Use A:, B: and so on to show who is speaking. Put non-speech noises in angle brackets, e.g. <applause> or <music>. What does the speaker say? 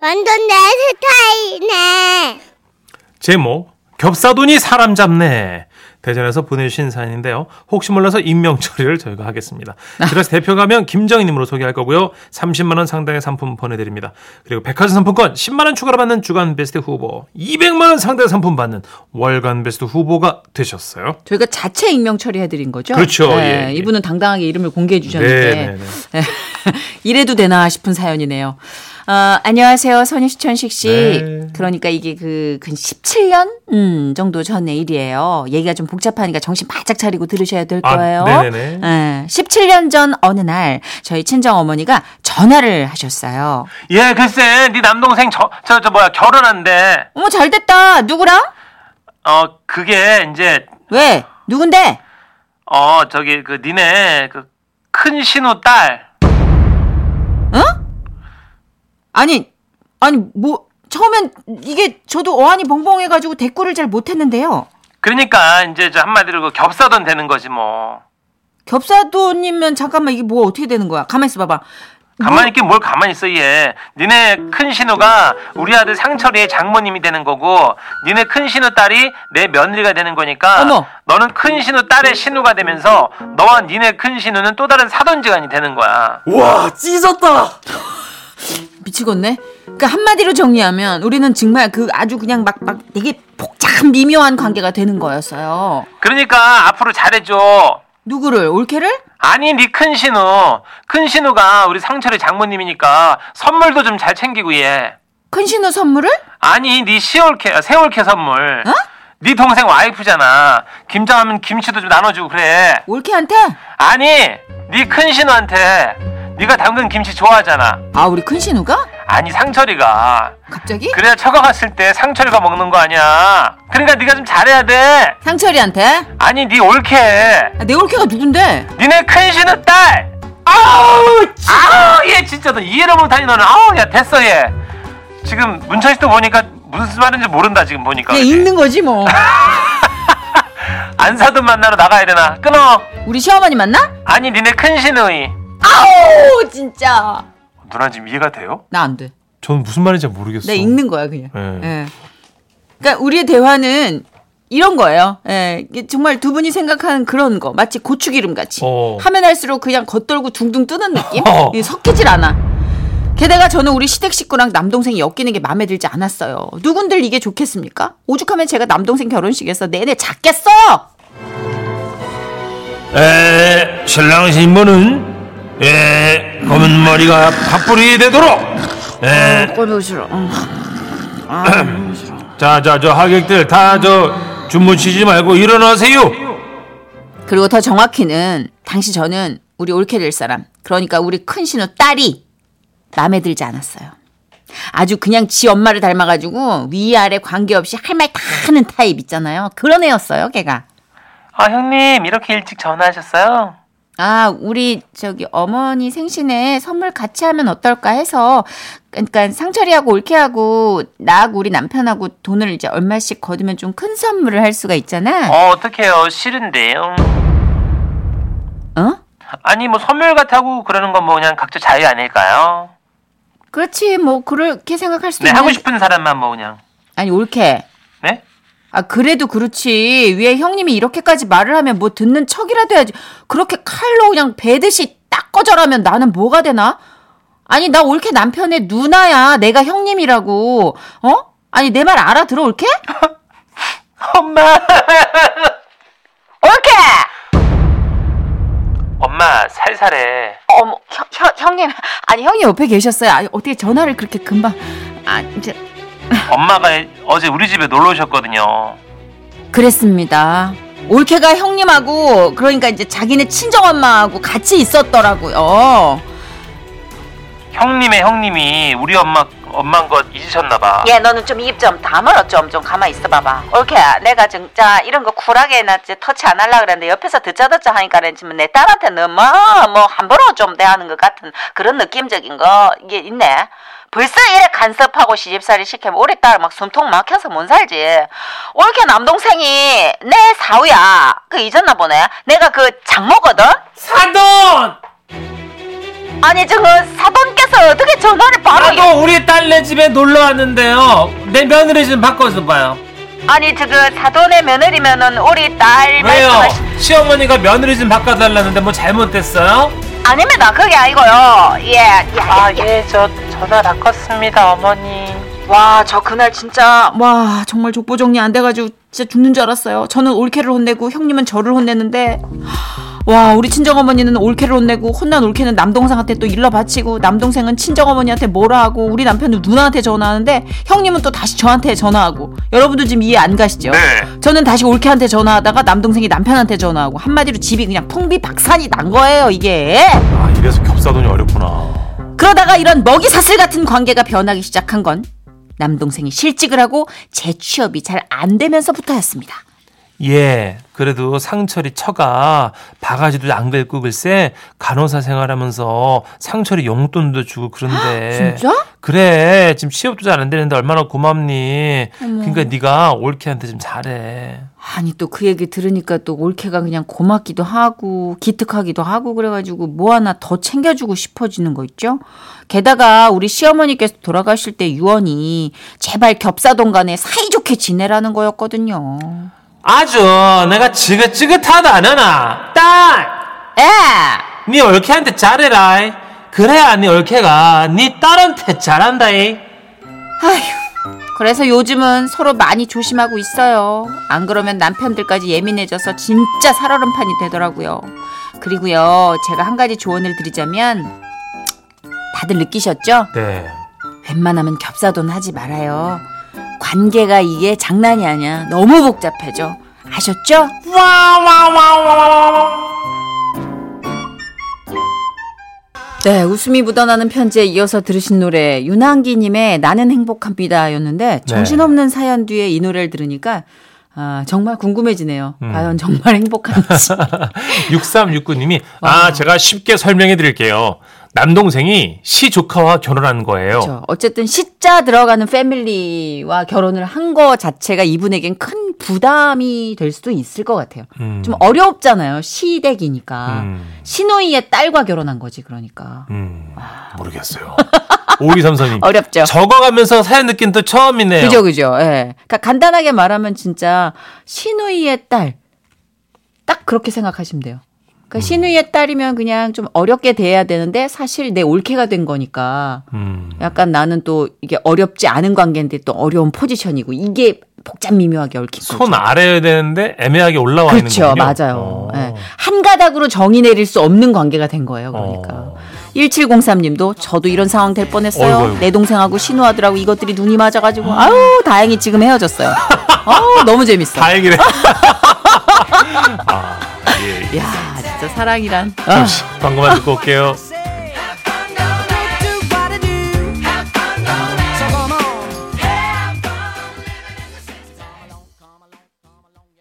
A: 완전 내 스타일이네.
B: 제목 겹사돈이 사람 잡네 대전에서 보내주신 사연인데요 혹시 몰라서 임명 처리를 저희가 하겠습니다 그래서 대표 가면 김정희님으로 소개할 거고요 30만원 상당의 상품 보내드립니다 그리고 백화점 상품권 10만원 추가로 받는 주간 베스트 후보 200만원 상당의 상품 받는 월간 베스트 후보가 되셨어요
C: 저희가 자체 익명 처리해드린 거죠.
B: 그렇죠.
C: 네,
B: 예, 예.
C: 이분은 당당하게 이름을 공개해
B: 네, 네,
C: 주셨는데 <laughs> 이래도 되나 싶은 사연이네요. 어, 안녕하세요, 선희시천식 씨.
B: 네.
C: 그러니까 이게 그 근 17년 음, 정도 전의 일이에요. 얘기가 좀 복잡하니까 정신 바짝 차리고 들으셔야 될
B: 아,
C: 거예요.
B: 네네네.
C: 예, 17년 전 어느 날 저희 친정 어머니가 전화를 하셨어요.
B: 예 글쎄 네 남동생 저 저 저 뭐야 결혼한대
C: 어머 잘됐다. 누구랑?
B: 어 그게 이제
C: 왜? 누군데?
B: 어 저기 그 니네 그 큰 신우 딸
C: 아니, 아니, 뭐, 처음엔 이게 저도 어안이 벙벙해가지고 대꾸를 잘 못했는데요.
B: 그러니까 이제 저 한마디로 그 겹사돈 되는 거지 뭐.
C: 겹사돈이면 잠깐만 이게 뭐 어떻게 되는 거야? 가만히 있어봐봐.
B: 가만히 있긴 뭘 가만히 있어 얘. 니네 큰 신우가 우리 아들 상철이의 장모님이 되는 거고 니네 큰 신우 딸이 내 며느리가 되는 거니까
C: 어머.
B: 너는 큰 신우 딸의 신우가 되면서 너와 니네 큰 신우는 또 다른 사돈지간이 되는 거야.
D: 와 찢었다.
C: 미치겠네. 그러니까 한마디로 정리하면 우리는 정말 그 아주 그냥 막, 막 되게 복잡한 미묘한 관계가 되는 거였어요.
B: 그러니까 앞으로 잘해줘.
C: 누구를? 올케를?
B: 아니 니 큰 신우 큰 신우가 우리 상철이 장모님이니까 선물도 좀 잘 챙기고 얘.
C: 큰 신우 선물을? 어?
B: 아니 네 시월캐 세월캐 선물. 네 동생 와이프잖아. 김장하면 김치도 좀 나눠주고 그래.
C: 올케한테?
B: 아니 네 큰 신우한테 네가 담근 김치 좋아하잖아.
C: 아, 우리 큰 신우가?
B: 아니 상철이가
C: 갑자기?
B: 그래야 처가 갔을 때 상철이가 먹는 거 아니야. 그러니까 네가 좀 잘해야 돼.
C: 상철이한테?
B: 아니 네 올케.
C: 아, 내 올케가 누군데?
B: 니네 큰 신우 딸. 아우 아우 얘 진짜 너 이해를 못하니 너는 아우 야 됐어 얘. 지금 문천식도 보니까 무슨 말인지 모른다 지금 보니까.
C: 그냥
B: 그치?
C: 읽는 거지 뭐.
B: 안 사돈 만나러 나가야 되나? 끊어.
C: 우리 시어머니 만나?
B: 아니 니네 큰 시누이.
C: 아우, 진짜.
B: 누나 지금 이해가 돼요?
C: 나 안 돼.
B: 저는 무슨 말인지 모르겠어요.
C: 내 읽는 거야 그냥.
B: 예.
C: 예. 그러니까 우리의 대화는 이런 거예요. 예. 이게 정말 두 분이 생각하는 그런 거 마치 고추기름 같이
B: 어.
C: 하면 할수록 그냥 겉돌고 둥둥 뜨는 느낌.
B: 어.
C: 예, 섞이질 않아. 게다가 저는 우리 시댁 식구랑 남동생이 엮이는 게 마음에 들지 않았어요. 누군들 이게 좋겠습니까? 오죽하면 제가 남동생 결혼식에서 내내 잤겠어.
E: 에, 신랑 신부는 에, 검은 머리가 파뿌리 되도록 에, <clears throat>
C: 꼴보기 싫어. 응.
E: 자, 자, 저 하객들 다 저 주무시지 말고 일어나세요.
C: 그리고 더 정확히는 당시 저는 우리 올케 될 사람 그러니까 우리 큰 신우 딸이 마음에 들지 않았어요. 아주 그냥 지 엄마를 닮아가지고 위아래 관계없이 할 말 다 하는 타입 있잖아요. 그런 애였어요, 걔가.
B: 아 형님 이렇게 일찍 전화하셨어요?
C: 아, 우리 저기 어머니 생신에 선물 같이 하면 어떨까 해서 그러니까 상철이하고 올케하고 나하고 우리 남편하고 돈을 이제 얼마씩 거두면 좀 큰 선물을 할 수가 있잖아.
B: 어 어떡해요 싫은데요.
C: 어?
B: 아니 뭐 선물 같다고 그러는 건 뭐 그냥 각자 자유 아닐까요?
C: 그렇지, 뭐 그렇게 생각할 수도
B: 네 하고
C: 있는데.
B: 싶은 사람만 뭐 그냥
C: 아니 올케.
B: 네?
C: 아, 그래도 그렇지. 위에 형님이 이렇게까지 말을 하면 뭐 듣는 척이라도 해야지. 그렇게 칼로 그냥 베듯이 딱 꺼져라면 나는 뭐가 되나? 아니, 나 올케 남편의 누나야. 내가 형님이라고. 어? 아니, 내 말 알아들어, 올케?
B: 엄마
C: 올케!
B: 엄마 살살해.
C: 어머, 형, 형, 형님. 아니, 형님 옆에 계셨어요. 아니, 어떻게 전화를 그렇게 금방. 아, 이제.
B: 엄마가 어제 우리 집에 놀러 오셨거든요.
C: 그랬습니다. 올케가 형님하고 그러니까 이제 자기네 친정엄마하고 같이 있었더라고요.
B: 형님의 형님이 우리 엄마 엄마인 것 잊으셨나
F: 아.
B: 봐.
C: 얘 예, 너는 좀 입 좀 다물어 좀 좀 가만히 있어봐봐 올케야 내가 진짜 이런 거 쿨하게 해놨지 터치 안 할라 그랬는데 옆에서 듣자 듣자 하니까는 지금 내 딸한테는 뭐 뭐 함부로 좀 대하는 것 같은 그런 느낌적인 거 이게 있네 벌써 이래 간섭하고 시집살이 시키면 우리 딸 막 숨통 막혀서 못 살지 올케 남동생이 내 사우야 그 잊었나 보네 내가 그 장모거든
D: 사돈.
C: 아니 저거 사돈께서
G: 그래서 어떻게 전화를
E: 아,
G: 바로 이-
F: 나도 우리 딸네 집에 놀러 왔는데요. 내 며느리 좀 바꿔서 봐요.
G: 아니 저그 사돈의 며느리면은 우리 딸
F: 왜요?
G: 말씀하시
F: 시어머니가 며느리 좀 바꿔달라는데 뭐 잘못됐어요?
G: 아닙니다 그게 아니고요
C: 예.
H: 아,
G: 예아예저
H: 예, 저 전화 바꿨습니다, 어머니.
G: 그날 진짜
C: 와 정말 족보 정리 안 돼가지고 진짜 죽는 줄 알았어요. 저는 올케를 혼내고 형님은 저를 혼내는데 와 우리 친정 어머니는 올케를 혼내고 혼난 올케는 남동생한테 또 일러 바치고 남동생은 친정 어머니한테 뭐라 하고 우리 남편은 누나한테 전화하는데 형님은 또 다시 저한테 전화하고 여러분도 지금 이해 안 가시죠? 저는 다시 올케한테 전화하다가 남동생이 남편한테 전화하고 한마디로 집이 그냥 풍비박산이 난 거예요 이게.
E: 아 이래서 겹사돈이 어렵구나.
C: 그러다가 이런 먹이 사슬 같은 관계가 변하기 시작한 건 남동생이 실직을 하고 재취업이 잘 안 되면서부터였습니다.
E: 예, 그래도 상철이 처가 바가지도 안 긁고 글쎄 간호사 생활하면서 상철이 용돈도 주고 그런데
C: 진짜?
E: 그래 지금 취업도 잘 안 되는데 얼마나 고맙니? 그러니까 네가 올케한테 좀 잘해.
C: 아니 또 그 얘기 들으니까 또 올케가 그냥 고맙기도 하고 기특하기도 하고 그래가지고 뭐 하나 더 챙겨주고 싶어지는 거 있죠. 게다가 우리 시어머니께서 돌아가실 때 유언이 제발 겹사돈 간에 사이좋게 지내라는 거였거든요.
F: 아주 내가 지긋지긋하다 너나 딸!
C: 에! 예!
F: 네 올케한테 잘해라 그래야 네 올케가 네 딸한테 잘한다잉
C: 그래서 요즘은 서로 많이 조심하고 있어요. 안 그러면 남편들까지 예민해져서 진짜 살얼음판이 되더라고요. 그리고요, 제가 한 가지 조언을 드리자면, 다들 느끼셨죠?
E: 네.
C: 웬만하면 겹사돈 하지 말아요. 관계가 이게 장난이 아니야. 너무 복잡해져. 아셨죠? 네, 웃음이 묻어나는 편지에 이어서 들으신 노래 유난기님의 나는 행복합니다였는데 정신없는 사연 뒤에 이 노래를 들으니까 아, 정말 궁금해지네요. 과연 정말 행복한지.
E: 6369님이
F: 어.
E: 아 제가 쉽게 설명해 드릴게요. 남동생이 시 조카와 결혼한 거예요.
C: 그렇죠. 어쨌든 시자 들어가는 패밀리와 결혼을 한 거 자체가 이분에겐 큰 부담이 될 수도 있을 것 같아요.
E: 음.
C: 좀 어렵잖아요. 시댁이니까.
E: 음.
C: 시노이의 딸과 결혼한 거지 그러니까.
E: 음,
C: <laughs>
E: 모르겠어요. 5233님.
C: 어렵죠.
E: 적어가면서 사연 느낀 또 처음이네요.
C: 그죠 그죠. 예. 그러니까 간단하게 말하면 진짜 시누이의 딸. 딱 그렇게 생각하시면 돼요. 그러니까
E: 음.
C: 시누이의 딸이면 그냥 좀 어렵게 대해야 되는데 사실 내 올케가 된 거니까
E: 음.
C: 약간 나는 또 이게 어렵지 않은 관계인데 또 어려운 포지션이고 이게 복잡 미묘하게 얽힌 거죠.
E: 손 아래여야 되는데 애매하게 올라와
C: 그렇죠.
E: 있는 거요 어.
C: 맞아요. 예. 한 가닥으로 정의 내릴 수 없는 관계가 된 거예요. 그러니까. 1703님도 저도 이런 상황 될 뻔했어요.
E: 어. 어이구, 어이구.
C: 내 동생하고 신우하더라고 이것들이 눈이 맞아가지고 아우 다행히 지금 헤어졌어요. 아우 너무 재밌어.
E: 다행이네. 아, 예.
C: 야 진짜 사랑이란.
E: 잠시 광고만 듣고 올게요.